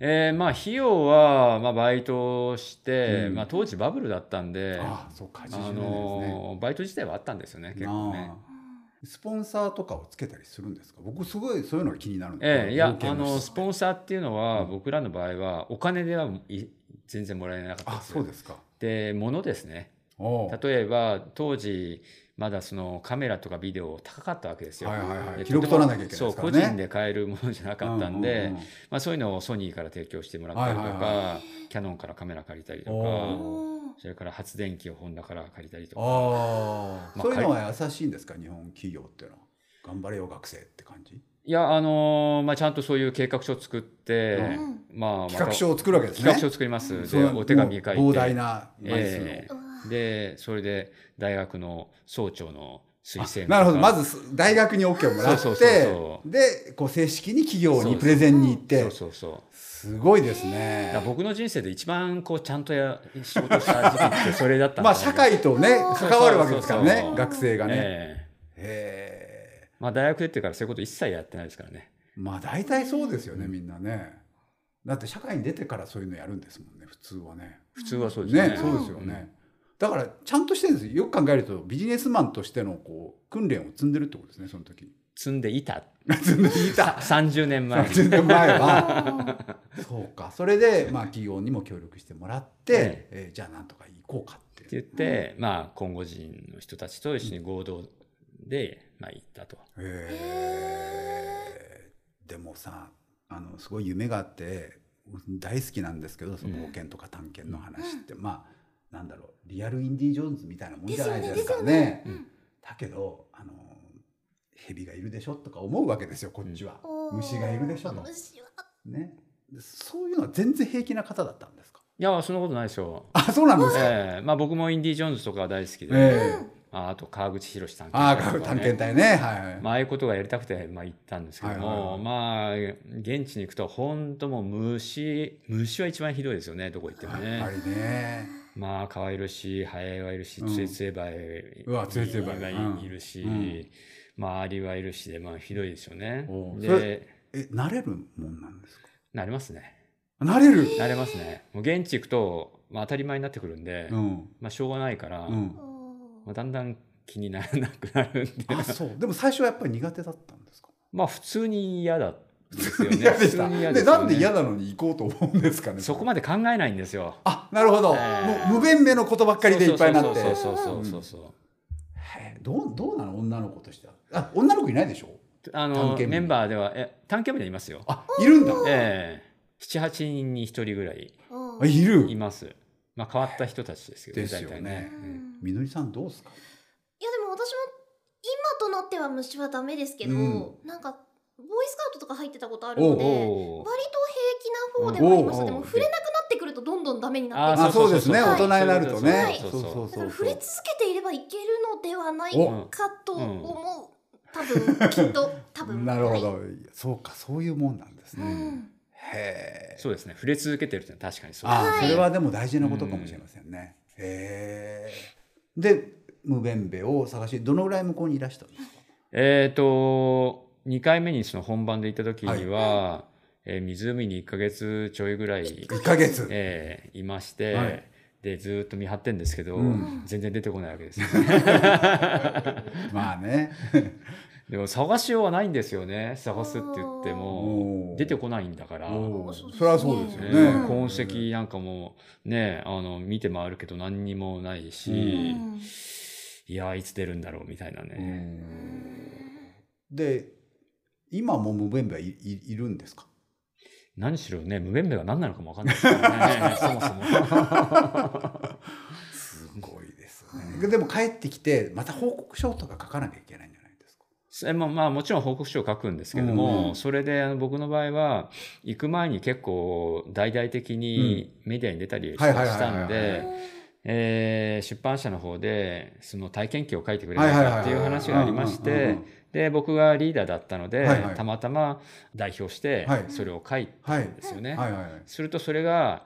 [SPEAKER 3] えーまあ費用は、まあ、バイトをして、
[SPEAKER 2] うん
[SPEAKER 3] まあ、当時バブルだったんで、
[SPEAKER 2] ああそうか80年代で
[SPEAKER 3] あ
[SPEAKER 2] すね。
[SPEAKER 3] のーバイト自体はあったんですよね結構ね
[SPEAKER 2] あ。あスポンサーとかをつけたりするんですか僕すごいそういうのが気になるんです
[SPEAKER 3] ええいやあのス
[SPEAKER 2] ン
[SPEAKER 3] ポンサーっていうのは、
[SPEAKER 2] うん
[SPEAKER 3] 僕らの場合はお金ではい全然もらえなかった
[SPEAKER 2] あ
[SPEAKER 3] です
[SPEAKER 2] そうですか。
[SPEAKER 3] で物ですね
[SPEAKER 2] おう
[SPEAKER 3] 例えば当時まだそのカメラとかビデオ高かったわけですよ。
[SPEAKER 2] はいはいはい
[SPEAKER 3] で
[SPEAKER 2] 記録取らなきゃいけないですからね
[SPEAKER 3] そう個人で買えるものじゃなかったんで、
[SPEAKER 2] ううう
[SPEAKER 3] まあ、そういうのをソニーから提供してもらったりとか、
[SPEAKER 2] はいはい
[SPEAKER 3] キャノンからカメラ借りたりと
[SPEAKER 2] お
[SPEAKER 3] か
[SPEAKER 2] ー。
[SPEAKER 3] それから発電機をホンダから借りたりとか。
[SPEAKER 2] ああ、
[SPEAKER 3] まあ
[SPEAKER 2] そういうのは優しいんですか日本企業っていうのは頑張れよ学生って感じ
[SPEAKER 3] いや、あのーまあ、ちゃんとそういう計画書を作って、
[SPEAKER 1] うん
[SPEAKER 3] まあ、
[SPEAKER 2] 企画
[SPEAKER 3] また
[SPEAKER 2] 書を作るわけですね
[SPEAKER 3] 企画書を作ります。
[SPEAKER 2] そ
[SPEAKER 3] で、
[SPEAKER 2] れ
[SPEAKER 3] お手紙書いて。
[SPEAKER 2] もう膨大な枚数の、
[SPEAKER 3] ええ
[SPEAKER 1] うわ
[SPEAKER 3] で、それで、大学の総長の推薦とか
[SPEAKER 2] なるほどまず大学に OK をもらって
[SPEAKER 3] そうそうそうそ
[SPEAKER 2] でこう正式に企業
[SPEAKER 3] そう
[SPEAKER 2] に
[SPEAKER 3] です
[SPEAKER 2] プレゼンに行って
[SPEAKER 3] そうそうそう。
[SPEAKER 2] すごいです
[SPEAKER 3] だから
[SPEAKER 2] ね
[SPEAKER 3] 僕の人生で一番こうちゃんとや仕事した時期ってそれだったんだ
[SPEAKER 2] まあ社会とね
[SPEAKER 1] そう
[SPEAKER 2] 関わるわけですから
[SPEAKER 3] そうそう
[SPEAKER 2] ね
[SPEAKER 3] そう
[SPEAKER 2] 学生が
[SPEAKER 3] がね。
[SPEAKER 2] ね、
[SPEAKER 3] ええ
[SPEAKER 2] へえ
[SPEAKER 3] まあ大学出てからそういうこと一切やってないですからね。
[SPEAKER 2] まあ大体そうですよねみんなねだって社会に出てからそういうのやるんですもんね普通はね
[SPEAKER 3] 普通はそうですね。
[SPEAKER 2] ね、そうですよね。だからちゃんとしてるんですよ。よく考えるとビジネスマンとしてのこう訓練を積んでるってことですね。その時。
[SPEAKER 3] 積んでいた。
[SPEAKER 2] 積んでいた。
[SPEAKER 3] 30
[SPEAKER 2] *laughs*
[SPEAKER 3] 年前に。
[SPEAKER 2] 30年前
[SPEAKER 3] *laughs*
[SPEAKER 2] は。そうか。それでまあ企業にも協力してもらって、
[SPEAKER 3] え
[SPEAKER 2] えーじゃあなんとか行こうかっ
[SPEAKER 3] ってて
[SPEAKER 2] いう。
[SPEAKER 3] 言って、まあ、今後人の人たちと一緒に合同で、まあ、行ったと。
[SPEAKER 2] へーでもさ、あのすごい夢があって大好きなんですけど、その冒険とか探検の話って、まあ。なんだろうリアルインディ・ジョーンズみたいなも *laughs* んじゃないですか
[SPEAKER 1] ですよ
[SPEAKER 2] ね
[SPEAKER 3] うん
[SPEAKER 2] だけどあの蛇がいるでしょとか思うわけですよこっちは、
[SPEAKER 1] おー
[SPEAKER 2] 虫がいるでしょと、
[SPEAKER 1] 虫は
[SPEAKER 2] ねでそういうのは全然平気な方だったんですか
[SPEAKER 3] いや、そんなことないですよ。
[SPEAKER 2] あそうなんですか、
[SPEAKER 3] ええまあ、僕もインディ・ジョーンズとかは大好きで、
[SPEAKER 2] ええ
[SPEAKER 3] ああと川口博さん
[SPEAKER 2] ああ探検隊ねはいはい、
[SPEAKER 3] まあ、ああいうことがやりたくて、まあ、行ったんですけども、まあ、現地に行くと、本当もう虫、虫は一番ひどいですよね、どこ行っても
[SPEAKER 2] やっ
[SPEAKER 3] ね。
[SPEAKER 2] ぱりね
[SPEAKER 3] まあ、川いるし、ハエはいるし、
[SPEAKER 2] うん
[SPEAKER 3] ツエツエバエ
[SPEAKER 2] うわツエツエバエ
[SPEAKER 3] がいいるし、
[SPEAKER 2] うんうん
[SPEAKER 3] まあ、アリはいるしで、まあ、ひどいですよね
[SPEAKER 2] お。うそれ
[SPEAKER 3] で、
[SPEAKER 2] え慣れるもんなんですか
[SPEAKER 3] なりますね。
[SPEAKER 2] 慣れる、
[SPEAKER 3] なれますね。もう現地行くと、まあ、当たり前になってくるんで、
[SPEAKER 2] うん
[SPEAKER 3] まあ、しょうがないから、
[SPEAKER 2] うん
[SPEAKER 1] おー
[SPEAKER 3] まあ、だんだん気にならなくなるんで、
[SPEAKER 2] あそうでも最初はやっぱり苦手だったんですか
[SPEAKER 3] まあ、普通に嫌だですよね。
[SPEAKER 2] 嫌でした
[SPEAKER 3] 普通
[SPEAKER 2] で,、
[SPEAKER 3] に嫌すよね
[SPEAKER 2] なんで嫌なのに行こうと思うんですかね
[SPEAKER 3] そこまで考えないんですよ。
[SPEAKER 2] あなるほど、
[SPEAKER 3] ええ
[SPEAKER 2] もう無弁明のことばっかりでいっぱいになって
[SPEAKER 3] そうそうそうそうそうそう。
[SPEAKER 2] へえどうどうなの女の子としてはあ女の子いないでしょ
[SPEAKER 3] あ
[SPEAKER 2] 探
[SPEAKER 3] の
[SPEAKER 2] 検部
[SPEAKER 3] メンバーではえ探検部でいますよ。
[SPEAKER 2] あいるんだ
[SPEAKER 3] ええ七八人に一人ぐらい
[SPEAKER 2] あ
[SPEAKER 1] おー
[SPEAKER 2] い
[SPEAKER 3] い
[SPEAKER 2] る
[SPEAKER 3] ます。まあ変わった人たちですけど、
[SPEAKER 2] ですよね
[SPEAKER 3] 大体うん
[SPEAKER 2] みのりさんどうですか
[SPEAKER 1] いやでも私も今となっては虫はダメですけど、
[SPEAKER 2] う
[SPEAKER 1] なんかボーイスカウトとか入ってたことあるので割と
[SPEAKER 3] おう
[SPEAKER 1] 平気な方ではありまし
[SPEAKER 3] お
[SPEAKER 1] た
[SPEAKER 3] う
[SPEAKER 1] でも触れなくなってくるとどんどんダメになってい
[SPEAKER 3] あ
[SPEAKER 1] く
[SPEAKER 2] あそうですね
[SPEAKER 1] そう
[SPEAKER 2] 大人
[SPEAKER 1] そうそう
[SPEAKER 2] になると
[SPEAKER 1] は
[SPEAKER 2] ね
[SPEAKER 1] い
[SPEAKER 2] そうそうそう
[SPEAKER 1] だから触
[SPEAKER 2] そ
[SPEAKER 1] れ
[SPEAKER 2] う
[SPEAKER 1] 続けていればいけるのではない
[SPEAKER 2] お
[SPEAKER 1] かと思う多分きっと多分
[SPEAKER 2] なるほ
[SPEAKER 1] はい
[SPEAKER 2] どそうかそういうもんなんです
[SPEAKER 1] う
[SPEAKER 2] ね
[SPEAKER 1] ん
[SPEAKER 2] へえ
[SPEAKER 3] そうですね。触れ続けてるってのは確かにそうですね
[SPEAKER 2] あ
[SPEAKER 1] はい
[SPEAKER 2] それはでも大事なことかもしれませんねへえで無弁明を探しどのぐらい向こうにいらしたんですか
[SPEAKER 3] えー、と2回目にその本番で行った時には、えー湖に1ヶ月ちょいぐらい、
[SPEAKER 2] 1ヶ月
[SPEAKER 3] えーいまして、
[SPEAKER 2] はい
[SPEAKER 3] でずーっと見張ってんですけど、 *laughs*
[SPEAKER 2] うん
[SPEAKER 3] 全然出てこないわけですよ、
[SPEAKER 2] まあね
[SPEAKER 3] でも探しようはないんですよね探すって言っても
[SPEAKER 2] おー
[SPEAKER 3] 出てこないんだから。
[SPEAKER 2] おー
[SPEAKER 1] そうですね
[SPEAKER 2] それはそうですよ
[SPEAKER 3] ね
[SPEAKER 2] ね。
[SPEAKER 1] うん
[SPEAKER 3] 痕跡なんかもねあの見て回るけど何にもないし、
[SPEAKER 1] うん
[SPEAKER 3] いやいつ出るんだろうみたいな
[SPEAKER 2] う
[SPEAKER 3] ね、
[SPEAKER 2] んで今もムベンベはいいいるんですか
[SPEAKER 3] 何しろね無弁弁が何なのかも分かんないですから
[SPEAKER 2] *laughs*
[SPEAKER 3] ねそもそも
[SPEAKER 2] すごいですね。でも帰ってきてまた報告書とか書かなきゃいけないんじゃないですか。
[SPEAKER 3] それもまあもちろん報告書を書くんですけど
[SPEAKER 1] うんう
[SPEAKER 3] も、
[SPEAKER 1] ん
[SPEAKER 3] それであの僕の場合は行く前に結構大々的にメディアに出たりし
[SPEAKER 2] はいはいはいはい
[SPEAKER 3] したん
[SPEAKER 2] え
[SPEAKER 3] でえー出版社の方でその体験記を書いてくれないかっていう話がありまし
[SPEAKER 2] うんうんうん
[SPEAKER 3] て
[SPEAKER 2] うん。
[SPEAKER 3] で僕がリーダーだったので、
[SPEAKER 2] はいはい
[SPEAKER 3] たまたま代表して
[SPEAKER 2] はい
[SPEAKER 3] それを書いたんですよね。
[SPEAKER 2] はいはいはい。
[SPEAKER 3] するとそれが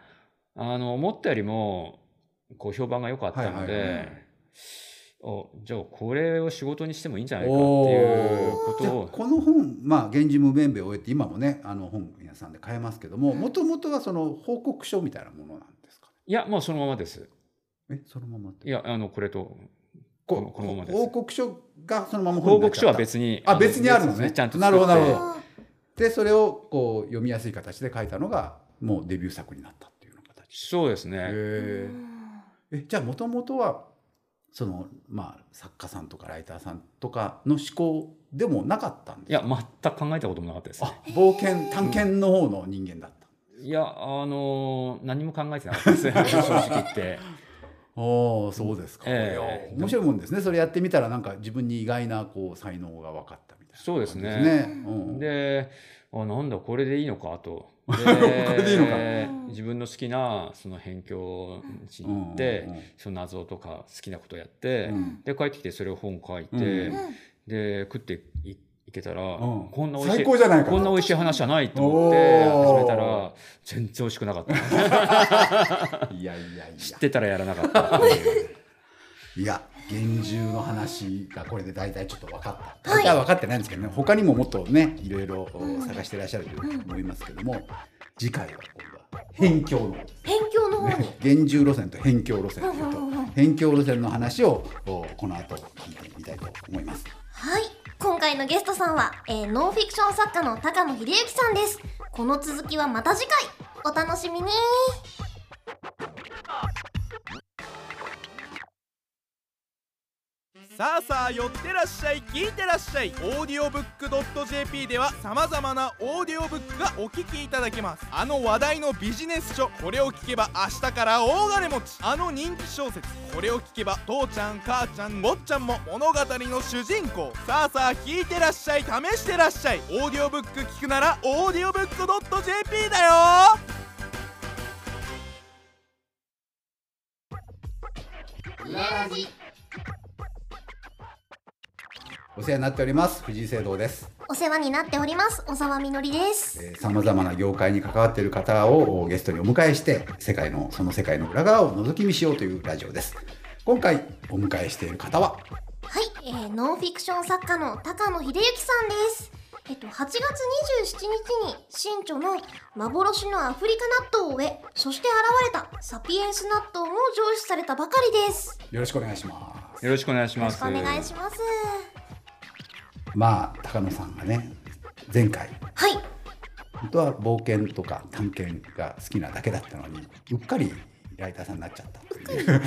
[SPEAKER 3] あの思ったよりもこう評判が良かったので、
[SPEAKER 2] はいはい
[SPEAKER 1] はい
[SPEAKER 3] おじゃあこれを仕事にしてもいいんじゃないかっ
[SPEAKER 2] お
[SPEAKER 3] ていうこ
[SPEAKER 2] ーじ
[SPEAKER 3] と
[SPEAKER 2] ゃあ
[SPEAKER 3] を
[SPEAKER 2] この本「まあ、源氏無弁弁」を終えて今もねあの本皆さんで買えますけどももともとはその報告書みたいなものなんですか
[SPEAKER 3] いやもうそのままです。
[SPEAKER 2] ねえそのままって
[SPEAKER 3] いやあのこれと
[SPEAKER 2] こ
[SPEAKER 3] このこのままです
[SPEAKER 2] 報告書がそのまま
[SPEAKER 3] 報
[SPEAKER 2] になっ
[SPEAKER 3] 告
[SPEAKER 2] ち
[SPEAKER 3] 書
[SPEAKER 2] ゃっ
[SPEAKER 3] は
[SPEAKER 2] た
[SPEAKER 3] 別に
[SPEAKER 2] あ
[SPEAKER 3] の
[SPEAKER 2] 別にあるのね
[SPEAKER 3] 別ちゃんと作って
[SPEAKER 2] なるほどなるほど
[SPEAKER 1] あ
[SPEAKER 2] でそれをこう読みやすい形で書いたのがもうデビュー作になったっていうような形
[SPEAKER 3] そうですね。
[SPEAKER 1] ー
[SPEAKER 2] へええじゃあもともとはそのまあ作家さんとかライターさんとかの思考でもなかったん
[SPEAKER 3] い
[SPEAKER 2] です
[SPEAKER 3] や
[SPEAKER 2] か
[SPEAKER 3] 全く考えたこともなかったです、ね。
[SPEAKER 2] あ冒険探検の方の人間だった、
[SPEAKER 3] いやあの何も考えてな
[SPEAKER 2] *laughs*
[SPEAKER 3] かったです正直言って。
[SPEAKER 2] おおそうですか、
[SPEAKER 3] ええ
[SPEAKER 2] いや面白いもんですねそれやってみたらなんか自分に意外なこう才能が分かったみたいな
[SPEAKER 3] そうですね
[SPEAKER 2] 感じですねうん、
[SPEAKER 3] であなんだこれでいいのかと
[SPEAKER 2] *laughs*
[SPEAKER 3] こ
[SPEAKER 2] れでいいのか
[SPEAKER 3] 自分の好きなその辺境地
[SPEAKER 2] う
[SPEAKER 3] に
[SPEAKER 2] ん
[SPEAKER 3] 行って、
[SPEAKER 2] うんうん
[SPEAKER 3] その謎とか好きなことやって、
[SPEAKER 2] うん
[SPEAKER 3] で帰ってきてそれを本書いて、
[SPEAKER 2] うん
[SPEAKER 3] で食っていいけたら、
[SPEAKER 2] うん
[SPEAKER 3] こんな美味しい
[SPEAKER 2] 最高じゃないか
[SPEAKER 3] こんな美味しい話はないと思って
[SPEAKER 2] おー
[SPEAKER 3] 始めたら全然美味しくなかった
[SPEAKER 2] いやいやいや
[SPEAKER 3] 知ってたらやらな
[SPEAKER 2] *laughs*
[SPEAKER 3] かった
[SPEAKER 2] いや厳重の話がこれで大体ちょっと分かった
[SPEAKER 1] はい
[SPEAKER 2] 大体分かってないんですけどね他にももっとねいろいろ探してらっしゃると思いますけども次回は今度は辺境の方です
[SPEAKER 1] 辺境の方に。
[SPEAKER 2] 厳重路線と辺境路線というと
[SPEAKER 1] うんうんうん
[SPEAKER 2] 辺境路線の話をおこの後聞いてみたいと思います
[SPEAKER 1] はい。今回のゲストさんは、えーノンフィクション作家の高野秀幸さんです。この続きはまた次回。お楽しみに。
[SPEAKER 4] さあさあ寄ってらっしゃい聞いてらっしゃいオーディオブックドット JP ではさまざまなオーディオブックがお聞きいただけますあの話題のビジネス書これを聞けば明日から大金持ちあの人気小説これを聞けば父ちゃん母ちゃん坊ちゃんも物語の主人公さあさあ聞いてらっしゃい試してらっしゃいオーディオブック聞くならオーディオブックドット JP だよ
[SPEAKER 2] お世話になっております藤井聖堂です
[SPEAKER 1] お世話になっております。小沢みのりです。
[SPEAKER 2] さまざまな業界に関わっている方をゲストにお迎えして世界のその世界の裏側を覗き見しようというラジオです今回お迎えしている方は
[SPEAKER 1] はい。えーノンフィクション作家の高野秀幸さんです。えっと、8月27日に新著の幻のアフリカ納豆を終え、そして現れたサピエンス納豆も上司されたばかりです。
[SPEAKER 2] よろしくお願いします
[SPEAKER 3] よろしくお願いし
[SPEAKER 1] よ
[SPEAKER 3] ま
[SPEAKER 1] ろし
[SPEAKER 3] す
[SPEAKER 1] くお願いします。
[SPEAKER 2] まあ高野さんがね前回
[SPEAKER 1] はい。
[SPEAKER 2] 本当は冒険とか探検が好きなだけだったのにうっかりライターさんになっちゃったという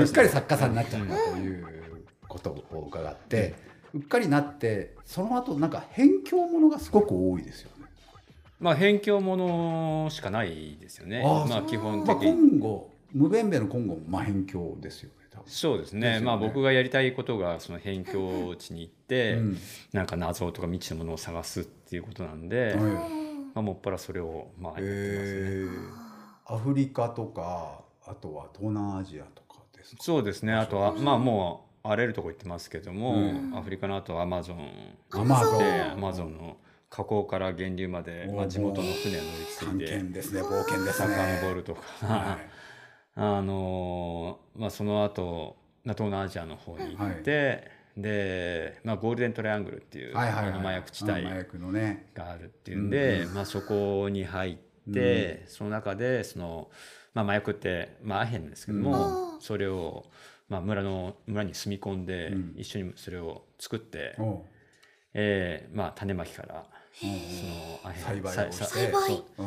[SPEAKER 2] うっかり作家さんになっちゃったということを伺ってうっかりなってその後なんか辺境ものがすごく多いですよね
[SPEAKER 3] まあ辺境ものしかないですよね
[SPEAKER 2] あー
[SPEAKER 3] まあ
[SPEAKER 2] そう
[SPEAKER 3] 基本
[SPEAKER 2] まあ、
[SPEAKER 3] 的に
[SPEAKER 2] 今後無弁弁の今後もまあ辺境ですよね多分
[SPEAKER 3] そうですね
[SPEAKER 2] ですよね
[SPEAKER 3] まあ僕がやりたいことがその辺境地に行って、
[SPEAKER 2] うん
[SPEAKER 3] なんか謎とか未知のものを探すっていうことなんで、
[SPEAKER 2] はい
[SPEAKER 1] うん
[SPEAKER 3] まあ、もっぱらそれをまあやってますね、
[SPEAKER 2] えーアフリカとかあとは東南アジアとかですか
[SPEAKER 3] そうですねあとはまあもう荒れるとこ行ってますけども、
[SPEAKER 2] うん
[SPEAKER 3] アフリカの後はアマゾン
[SPEAKER 2] アマゾン
[SPEAKER 3] でアマゾンの河口から源流まで、
[SPEAKER 2] おー
[SPEAKER 3] まあ、地元の船を乗
[SPEAKER 2] 探
[SPEAKER 3] り継いで
[SPEAKER 2] 検ですね冒険ですね
[SPEAKER 3] 遡るとか、
[SPEAKER 2] は
[SPEAKER 3] *laughs* あのーまあ、その後まあ東南アジアの方に行って、で、まあ、ゴールデントライアングルってい、
[SPEAKER 2] いうはいはいはい
[SPEAKER 3] あの麻薬地帯
[SPEAKER 2] 麻薬のね
[SPEAKER 3] があるっていうんで、
[SPEAKER 2] うん
[SPEAKER 3] まあ、そこに入って、その中でその、まあ、麻薬って、まあ、アヘンですけども、
[SPEAKER 1] うん
[SPEAKER 3] それを、まあ、村の村に住み込んで、
[SPEAKER 2] うん
[SPEAKER 3] 一緒にそれを作って
[SPEAKER 2] おう
[SPEAKER 3] えーまあ、種まきからそ
[SPEAKER 1] へえ。
[SPEAKER 3] のあ
[SPEAKER 2] 栽培をして
[SPEAKER 3] ささ
[SPEAKER 1] 栽培
[SPEAKER 3] そう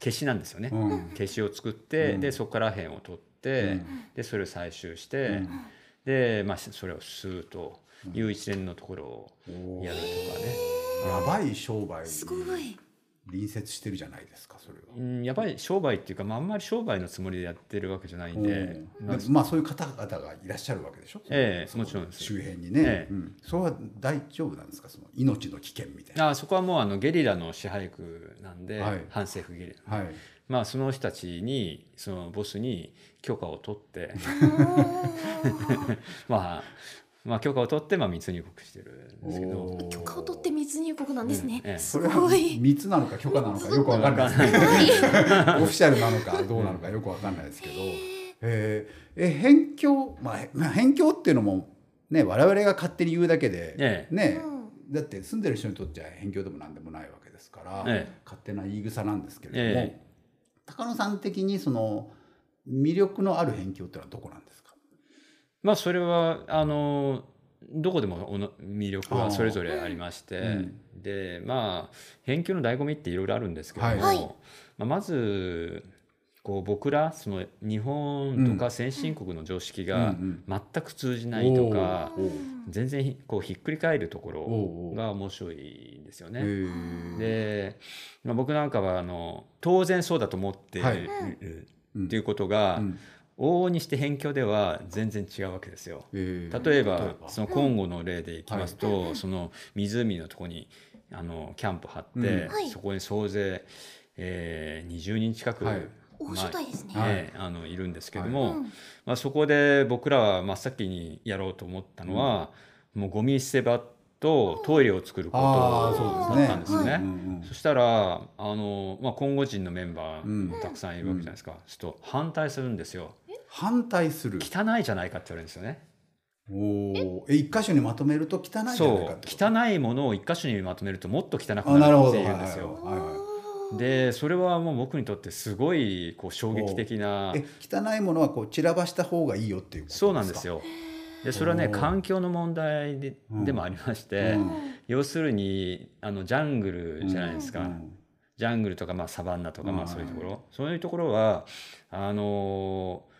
[SPEAKER 3] 消しなんですよね、
[SPEAKER 2] うんうん
[SPEAKER 3] 消しを作って、
[SPEAKER 2] うん
[SPEAKER 3] でそこから辺を取って、
[SPEAKER 2] うん
[SPEAKER 3] でそれを採集して、
[SPEAKER 2] うん
[SPEAKER 3] で、まあ、それを吸うという一連のところを
[SPEAKER 2] おー
[SPEAKER 3] やるとかね、
[SPEAKER 2] やばい商売
[SPEAKER 1] すご *laughs* い。
[SPEAKER 2] 隣接してるじゃないですかそれは。
[SPEAKER 3] うん、やっぱり商売っていうか、まあ、あんまり商売のつもりでやってるわけじゃないんで、
[SPEAKER 2] うん
[SPEAKER 3] まあ
[SPEAKER 2] でもまあそういう方々がいらっしゃるわけでしょ。
[SPEAKER 3] ええ
[SPEAKER 2] その
[SPEAKER 3] もちろんです
[SPEAKER 2] 周辺にね、
[SPEAKER 3] ええ
[SPEAKER 2] うんそれは大丈夫なんですかその命の危険みたいな。
[SPEAKER 3] あそこはもうあのゲリラの支配区なんで、
[SPEAKER 2] はい
[SPEAKER 3] 反政府ゲリラ、
[SPEAKER 2] はい。
[SPEAKER 3] まあ、その人たちにそのボスに許可を取
[SPEAKER 2] *laughs*
[SPEAKER 3] って、まあ、まあ許可を取ってまあ密入国してるんですけど
[SPEAKER 2] おー
[SPEAKER 1] 許可を取って密入国なんですね。
[SPEAKER 3] うんええ
[SPEAKER 1] す
[SPEAKER 2] それは
[SPEAKER 1] ごい。
[SPEAKER 2] 密なのか許可なのかよくわかんない
[SPEAKER 1] *laughs*
[SPEAKER 2] ですね。オフィシャルなのかどうなのかよくわかんないですけど。えーえ辺境、まあ、へまあ辺境っていうのもね我々が勝手に言うだけで、
[SPEAKER 3] ええ
[SPEAKER 2] ね
[SPEAKER 1] うん
[SPEAKER 2] だって住んでる人にとっちゃ辺境でも何でもないわけですから、
[SPEAKER 3] え
[SPEAKER 2] 勝手な言い草なんですけれども、
[SPEAKER 3] え
[SPEAKER 2] 高野さん的にその魅力のある辺境ってのはどこなんですか
[SPEAKER 3] まあそれはあのどこでもおの魅力
[SPEAKER 2] あー
[SPEAKER 3] はそれぞれありまして、
[SPEAKER 2] うん
[SPEAKER 3] でまあ返球の醍醐味っていろいろあるんですけども、
[SPEAKER 2] はい
[SPEAKER 1] はい
[SPEAKER 3] まあ、まずこう僕らその日本とか先進国の常識が
[SPEAKER 2] うん
[SPEAKER 3] 全く通じないとか、
[SPEAKER 2] おう
[SPEAKER 3] 全然ひこうひっくり返るとこ
[SPEAKER 2] おうお
[SPEAKER 3] ろ
[SPEAKER 2] う
[SPEAKER 3] が面白いんですよね。
[SPEAKER 2] へー
[SPEAKER 3] で、まあ、僕なんかはあの当然そうだと思ってい
[SPEAKER 2] はい
[SPEAKER 3] る
[SPEAKER 2] うん
[SPEAKER 3] っていうことが、
[SPEAKER 2] うん
[SPEAKER 3] 往々にして辺境では全然違うわけですよ。
[SPEAKER 2] えー
[SPEAKER 3] 例えばそ
[SPEAKER 2] そ
[SPEAKER 3] のコンゴの例でいきますと、その湖のとこにあのキャンプ張って、
[SPEAKER 2] うん
[SPEAKER 1] はい
[SPEAKER 3] そこに総勢、えー20人近く、
[SPEAKER 2] はい
[SPEAKER 1] 大所帯ですね。
[SPEAKER 2] はい
[SPEAKER 3] えーあのいるんですけど
[SPEAKER 1] う
[SPEAKER 3] も、
[SPEAKER 1] ん
[SPEAKER 3] まあ、そこで僕らは真っ先にやろうと思ったのは、もうゴミ捨て場とトイレを作るこ
[SPEAKER 2] あ
[SPEAKER 3] と
[SPEAKER 2] あそうです
[SPEAKER 3] だった
[SPEAKER 2] ね
[SPEAKER 3] んですよね。
[SPEAKER 1] はい
[SPEAKER 2] うんうん
[SPEAKER 3] そしたらあの、まあ、コンゴ人のメンバー
[SPEAKER 2] う
[SPEAKER 3] も
[SPEAKER 2] ん
[SPEAKER 3] たくさんいるわけじゃないですか、ちょっと反対するんですよ
[SPEAKER 2] 反対する
[SPEAKER 3] 汚いじゃないかって言われるんですよね
[SPEAKER 2] おおえ一箇所にまとめると汚いじゃないか
[SPEAKER 3] そ
[SPEAKER 2] っ
[SPEAKER 3] う
[SPEAKER 2] てこと
[SPEAKER 3] 汚いものを一箇所にまとめるともっと汚くなる
[SPEAKER 2] あなるほ
[SPEAKER 3] っ
[SPEAKER 2] ど
[SPEAKER 3] ていうんですよ。
[SPEAKER 2] はいはい
[SPEAKER 3] でそれはもう僕にとってすごいこう衝撃的な
[SPEAKER 2] え汚いものはこう散らばした方がいいよっていうことですか
[SPEAKER 3] そうなんですよ。でそれはね
[SPEAKER 2] おー
[SPEAKER 3] 環境の問題で
[SPEAKER 2] うん
[SPEAKER 3] でもありまし
[SPEAKER 2] う
[SPEAKER 3] て、
[SPEAKER 2] ん
[SPEAKER 3] 要するにあのジャングルじゃないですか、
[SPEAKER 2] うん
[SPEAKER 3] ジャングルとか、まあ、サバンナとか、
[SPEAKER 2] うん
[SPEAKER 3] まあ、そういうところそういうところはあのー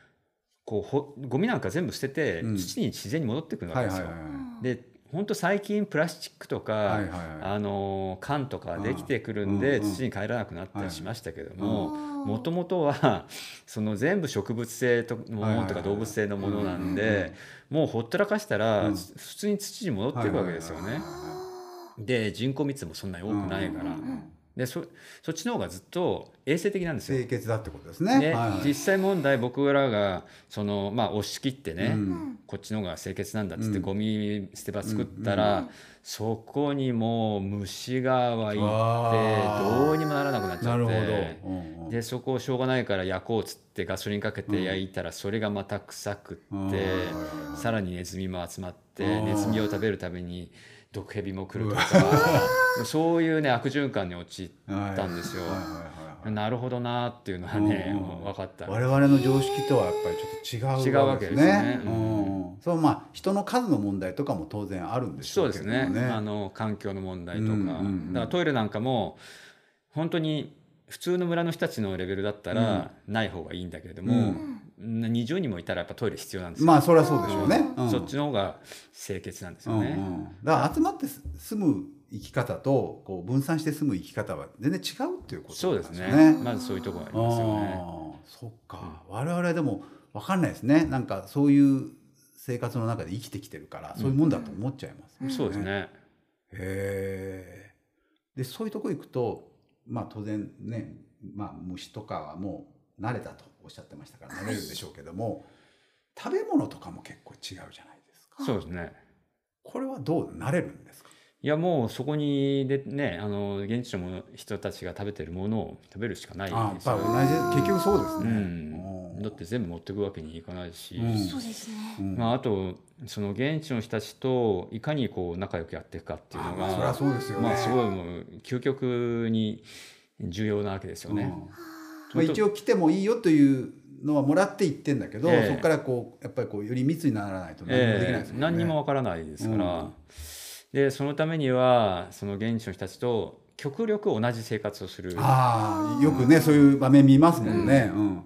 [SPEAKER 3] こうほゴミなんか全部捨てて、
[SPEAKER 2] うん
[SPEAKER 3] 土に自然に戻ってくるわ
[SPEAKER 2] はい
[SPEAKER 3] け
[SPEAKER 2] は
[SPEAKER 3] です
[SPEAKER 2] い
[SPEAKER 3] よ。
[SPEAKER 2] はい
[SPEAKER 3] で本当最近プラスチックとか、
[SPEAKER 2] はいはいはい
[SPEAKER 3] あの缶とかできてくるん
[SPEAKER 2] う
[SPEAKER 3] で
[SPEAKER 2] んうん
[SPEAKER 3] 土に帰らなくなったりしましたけど
[SPEAKER 1] う
[SPEAKER 3] も
[SPEAKER 1] ん
[SPEAKER 3] もともとは *laughs* その全部植物性のものとか動物性のもの
[SPEAKER 2] は
[SPEAKER 3] なん
[SPEAKER 2] いはいはい
[SPEAKER 3] でもうほったらかしたら
[SPEAKER 2] うん
[SPEAKER 3] 普通に土に戻っていくわけですよ
[SPEAKER 2] はいはい
[SPEAKER 3] ね
[SPEAKER 2] は。
[SPEAKER 3] で人口密度もそんなに多くないから
[SPEAKER 2] うんうんうん
[SPEAKER 3] でそそっちの方がずっと衛生的なんです
[SPEAKER 2] 清
[SPEAKER 3] よ。
[SPEAKER 2] 潔だってことですね
[SPEAKER 3] ね
[SPEAKER 2] はいはい
[SPEAKER 3] 実際問題僕らがそのまあ押し切ってね、
[SPEAKER 2] うん
[SPEAKER 3] こっちの方が清潔なんだっつって
[SPEAKER 2] うん
[SPEAKER 3] ゴミ捨て場作ったら、そこにもう虫が湧いて
[SPEAKER 2] あー
[SPEAKER 3] どうにもならなくなっちゃ
[SPEAKER 2] な
[SPEAKER 3] っ
[SPEAKER 2] るほど
[SPEAKER 3] て
[SPEAKER 2] うんうん
[SPEAKER 3] でそこをしょうがないから焼こうっつってガソリンかけて焼いたらそれがまた臭く
[SPEAKER 2] うん
[SPEAKER 3] って
[SPEAKER 2] うん
[SPEAKER 3] さらにネズミも集まって
[SPEAKER 2] うん
[SPEAKER 3] ネズミを食べるために毒蛇も来るとかそういうね悪循環に陥ったんですよ。
[SPEAKER 2] はいはいはいはい
[SPEAKER 3] なるほどなーっていうのはね
[SPEAKER 2] うんうんうん
[SPEAKER 3] 分かった。
[SPEAKER 2] 我々の常識とはやっぱりちょっと違う
[SPEAKER 3] 違うわけですね
[SPEAKER 2] う
[SPEAKER 3] うん
[SPEAKER 2] んうんそうまあ人の数の問題とかも当然あるんでし
[SPEAKER 3] そ
[SPEAKER 2] ょ
[SPEAKER 3] う
[SPEAKER 2] う
[SPEAKER 3] で
[SPEAKER 2] け
[SPEAKER 3] す
[SPEAKER 2] ども
[SPEAKER 3] ね
[SPEAKER 2] ね
[SPEAKER 3] あの環境の問題とか,、
[SPEAKER 2] うんうんうん
[SPEAKER 3] だからトイレなんかも本当に普通の村の人たちのレベルだったらない方がいいんだけれども、うん20人もいたらやっぱトイレ必要なんですよ、
[SPEAKER 2] まあそりゃそうでしょうねうん
[SPEAKER 3] そっちの方が清潔なんです
[SPEAKER 2] う
[SPEAKER 3] よ
[SPEAKER 2] ん
[SPEAKER 3] ね。
[SPEAKER 2] うん、だから集まってす住む生き方とこう分散して住む生き方は全然違うっていうこと
[SPEAKER 3] そうですねまずそういうところがありますよね。
[SPEAKER 2] ああそっか我々でも分かんないですねなんかそういう生活の中で生きてきてるからそういうもんだと思っちゃいます、
[SPEAKER 1] うん
[SPEAKER 3] そうですね。
[SPEAKER 2] へえでそういうとこ行くとまあ当然ね、まあ、虫とかはもう慣れたとおっしゃってましたから慣れるんでしょうけども、食べ物とかも結構違うじゃないですか
[SPEAKER 3] そうですね。
[SPEAKER 2] これはどう慣れるんですか
[SPEAKER 3] いやもうそこにでねあの現地の人たちが食べてるものを食べるしかない
[SPEAKER 2] あや
[SPEAKER 3] で
[SPEAKER 2] っ
[SPEAKER 3] すよ
[SPEAKER 2] ぱ
[SPEAKER 3] ね
[SPEAKER 2] 同じ結局そうです
[SPEAKER 3] う
[SPEAKER 2] ね、
[SPEAKER 3] ん
[SPEAKER 2] うん
[SPEAKER 3] だって全部持ってくわけにいかないし、
[SPEAKER 2] うん
[SPEAKER 1] そうです
[SPEAKER 2] う
[SPEAKER 1] ね。
[SPEAKER 2] ん
[SPEAKER 3] まあ、あとその現地の人たちといかにこう仲良くやっていくかっていう
[SPEAKER 2] あ
[SPEAKER 3] の
[SPEAKER 2] そり
[SPEAKER 3] が
[SPEAKER 2] ゃそうですよね、
[SPEAKER 3] まあすごいもう究極に重要なわけですよ
[SPEAKER 2] うん
[SPEAKER 3] ね。
[SPEAKER 2] まあ、一応来てもいいよというのはもらって言ってんだけど、
[SPEAKER 3] ええ
[SPEAKER 2] そこからこうやっぱりこうより密にならないと何もできない
[SPEAKER 3] え
[SPEAKER 2] です
[SPEAKER 3] え
[SPEAKER 2] もんね、
[SPEAKER 3] 何にもわからないですから、でそのためにはその現地の人たちと極力同じ生活をする
[SPEAKER 2] ああよくねそういう場面見ますもんね、うん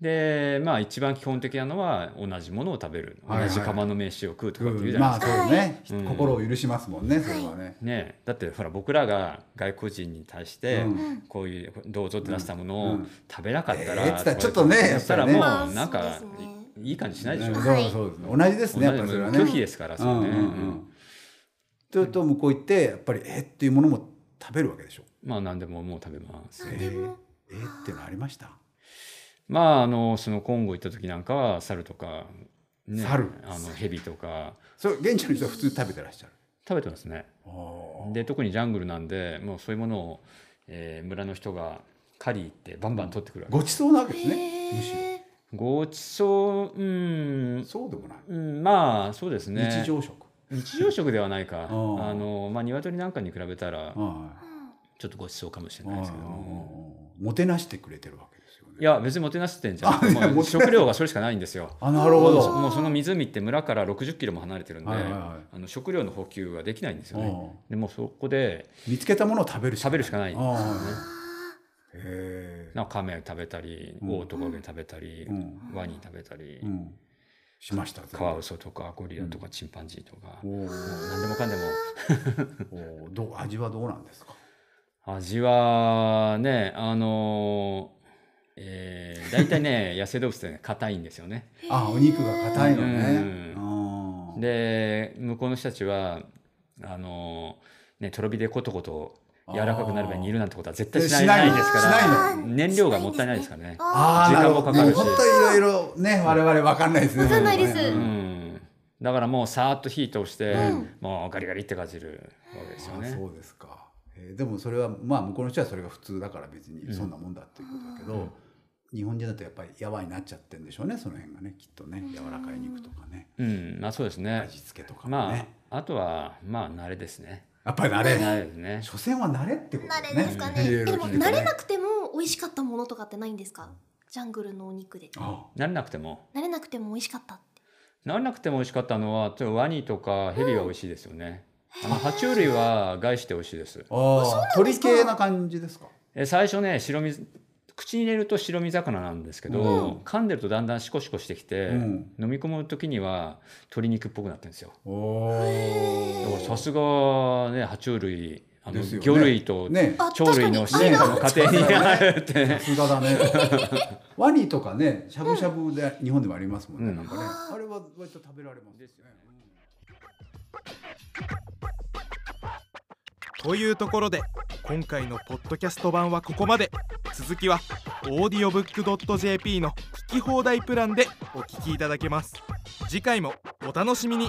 [SPEAKER 3] でまあ一番基本的なのは同じものを食べる
[SPEAKER 2] はいは
[SPEAKER 3] 同
[SPEAKER 2] い
[SPEAKER 3] じ釜の飯を食うとかっていうじゃない
[SPEAKER 2] ま
[SPEAKER 3] で
[SPEAKER 2] あ
[SPEAKER 3] すか、
[SPEAKER 2] そうね、
[SPEAKER 3] うん
[SPEAKER 2] 心を許しますもんねそれはね、
[SPEAKER 3] ね、だってほら僕らが外国人に対して
[SPEAKER 2] うん
[SPEAKER 3] こういうどうぞって出したもの
[SPEAKER 2] う
[SPEAKER 3] を
[SPEAKER 2] ん
[SPEAKER 3] 食べなかったら、
[SPEAKER 2] えーっつったらちょっとね
[SPEAKER 3] そしたらもう
[SPEAKER 1] やっぱりね
[SPEAKER 3] なん
[SPEAKER 1] まあ
[SPEAKER 3] か
[SPEAKER 1] そうですね
[SPEAKER 3] いい感じしないでし
[SPEAKER 2] う
[SPEAKER 3] ょ、
[SPEAKER 2] ん
[SPEAKER 3] う
[SPEAKER 2] そう
[SPEAKER 1] はい
[SPEAKER 2] そうですね同じですねやっぱりそれはね
[SPEAKER 3] 拒否ですからそれね、
[SPEAKER 2] うんうんうんというと向こう行ってやっぱりえっていうものも食べるわけでしょ
[SPEAKER 3] まあ何でももう食べます
[SPEAKER 1] なんでも
[SPEAKER 2] えーってのありました
[SPEAKER 3] まああのそのコンゴ行った時なんかは猿とか、ね、
[SPEAKER 2] 猿
[SPEAKER 3] あの蛇とか
[SPEAKER 2] それ現地の人は普通に食べてらっしゃる
[SPEAKER 3] 食べてますね
[SPEAKER 2] あー
[SPEAKER 3] で特にジャングルなんでもうそういうものを、えー村の人が狩り行ってバンバン取ってくるわけ
[SPEAKER 2] ごちそうなわけですねむしろ
[SPEAKER 1] へえ
[SPEAKER 3] ごちそううん
[SPEAKER 2] そうでもない、
[SPEAKER 3] うんまあそうですね
[SPEAKER 2] 日常食
[SPEAKER 3] 日常食ではないか
[SPEAKER 2] *laughs*
[SPEAKER 3] あ
[SPEAKER 2] ー
[SPEAKER 3] のまあ鶏なんかに比べたら
[SPEAKER 2] はい
[SPEAKER 3] ちょっとごちそうかもしれ
[SPEAKER 2] うん
[SPEAKER 3] な
[SPEAKER 2] うんう
[SPEAKER 3] い
[SPEAKER 2] ん
[SPEAKER 3] ですけども
[SPEAKER 2] もてなしてくれてるわけですよね
[SPEAKER 3] いや別にもてなしてんじゃん
[SPEAKER 2] あいや
[SPEAKER 3] まあ
[SPEAKER 2] もてなして
[SPEAKER 3] 食料がそれしかないんですよ
[SPEAKER 2] あなるほど
[SPEAKER 3] もうその湖って村から60キロも離れてるんで、
[SPEAKER 2] はいはいはい
[SPEAKER 3] あの食料の補給ができないんですよね。
[SPEAKER 2] う
[SPEAKER 3] でもうそこで
[SPEAKER 2] ん見つけたものを食べるしか
[SPEAKER 3] 食べるしかない。
[SPEAKER 2] ああ
[SPEAKER 3] ね
[SPEAKER 2] へえ
[SPEAKER 3] なんかカメ食べたり、
[SPEAKER 2] うん
[SPEAKER 3] オオトカゲ食べたり、
[SPEAKER 2] うん
[SPEAKER 3] ワニ食べたり、
[SPEAKER 2] うんしました
[SPEAKER 3] カワウソとかゴリラとかチンパンジーとか、
[SPEAKER 2] おー
[SPEAKER 3] 何でもかんでも
[SPEAKER 2] おーどう味はどうなんですか
[SPEAKER 3] 味はねあのーえー、大体ね *laughs* 野生動物ってね硬いんですよね。
[SPEAKER 2] あお肉が硬いのね
[SPEAKER 3] う
[SPEAKER 2] あー
[SPEAKER 3] で向こうの人たちはあのーねとろ火でコトコト柔らかくなる前に煮るなんてことは絶対しない
[SPEAKER 2] しない
[SPEAKER 3] ないですか
[SPEAKER 2] しない
[SPEAKER 3] ら
[SPEAKER 2] の
[SPEAKER 1] あー
[SPEAKER 3] 燃料がもったいないですからね
[SPEAKER 1] あ
[SPEAKER 2] あー
[SPEAKER 3] 時
[SPEAKER 2] なる
[SPEAKER 3] 間
[SPEAKER 2] ほ
[SPEAKER 3] も
[SPEAKER 2] ど
[SPEAKER 3] かかるし
[SPEAKER 2] もう本当にいろいろね我々わかんないですね
[SPEAKER 1] わかんないです
[SPEAKER 2] それはね
[SPEAKER 3] うんだからもうさーっと火通して、
[SPEAKER 2] うん
[SPEAKER 3] もうガリガリってかじるわけですよ
[SPEAKER 2] あ
[SPEAKER 3] ね。
[SPEAKER 2] そうですか、えーでもそれはまあ向こうの人はそれが普通だから別にそんなもんだっていうことだけど、
[SPEAKER 3] うん
[SPEAKER 2] 日本人だとやっぱりやわになっちゃってるんでしょうねその辺がねきっとね柔らかい肉とかね
[SPEAKER 3] うん、まあそうですね。
[SPEAKER 2] 味付けとかも
[SPEAKER 3] ま
[SPEAKER 2] ね、
[SPEAKER 3] ああとはまあ慣れですね。
[SPEAKER 2] やっぱり慣れ
[SPEAKER 3] 慣れですね。
[SPEAKER 2] 所詮は慣れってことだ
[SPEAKER 1] 慣
[SPEAKER 2] よ
[SPEAKER 1] れですかね
[SPEAKER 2] 言え
[SPEAKER 1] え
[SPEAKER 2] る
[SPEAKER 1] でも
[SPEAKER 2] っていうか
[SPEAKER 1] 慣
[SPEAKER 2] ね
[SPEAKER 1] れなくても美味しかったものとかってないんですかジャングルのお肉で
[SPEAKER 2] あ
[SPEAKER 3] 慣れなくても
[SPEAKER 1] 慣れなくても美味しかったって
[SPEAKER 3] 慣れなくても美味しかったのはちょっとワニとかヘビは美味しいですよね。まあ爬虫類は害して美味しいです。
[SPEAKER 2] あー鳥系な感じですか
[SPEAKER 3] え最初ね白身口に入れると白身魚なんですけど、
[SPEAKER 2] うん
[SPEAKER 3] 噛んでるとだんだんシコシコしてきて、
[SPEAKER 2] うん
[SPEAKER 3] 飲み込む時には鶏肉っぽくなってるんですよ。
[SPEAKER 2] お
[SPEAKER 3] だからさすがね爬虫類あの、
[SPEAKER 2] ですよね
[SPEAKER 3] 魚類と
[SPEAKER 2] ね
[SPEAKER 1] あ
[SPEAKER 3] 鳥類の
[SPEAKER 1] 確か
[SPEAKER 3] 進
[SPEAKER 1] に
[SPEAKER 2] ね
[SPEAKER 3] 化の過程にあるって、
[SPEAKER 2] さすがだねワニとかねしゃぶしゃぶで日本でもありますもんね、
[SPEAKER 3] うん
[SPEAKER 2] なんかね
[SPEAKER 1] あー
[SPEAKER 2] あれは割と食べられますよね
[SPEAKER 4] というところで今回のポッドキャスト版はここまで続きはオーディオブックドット JP の聞き放題プランでお聞きいただけます次回もお楽しみに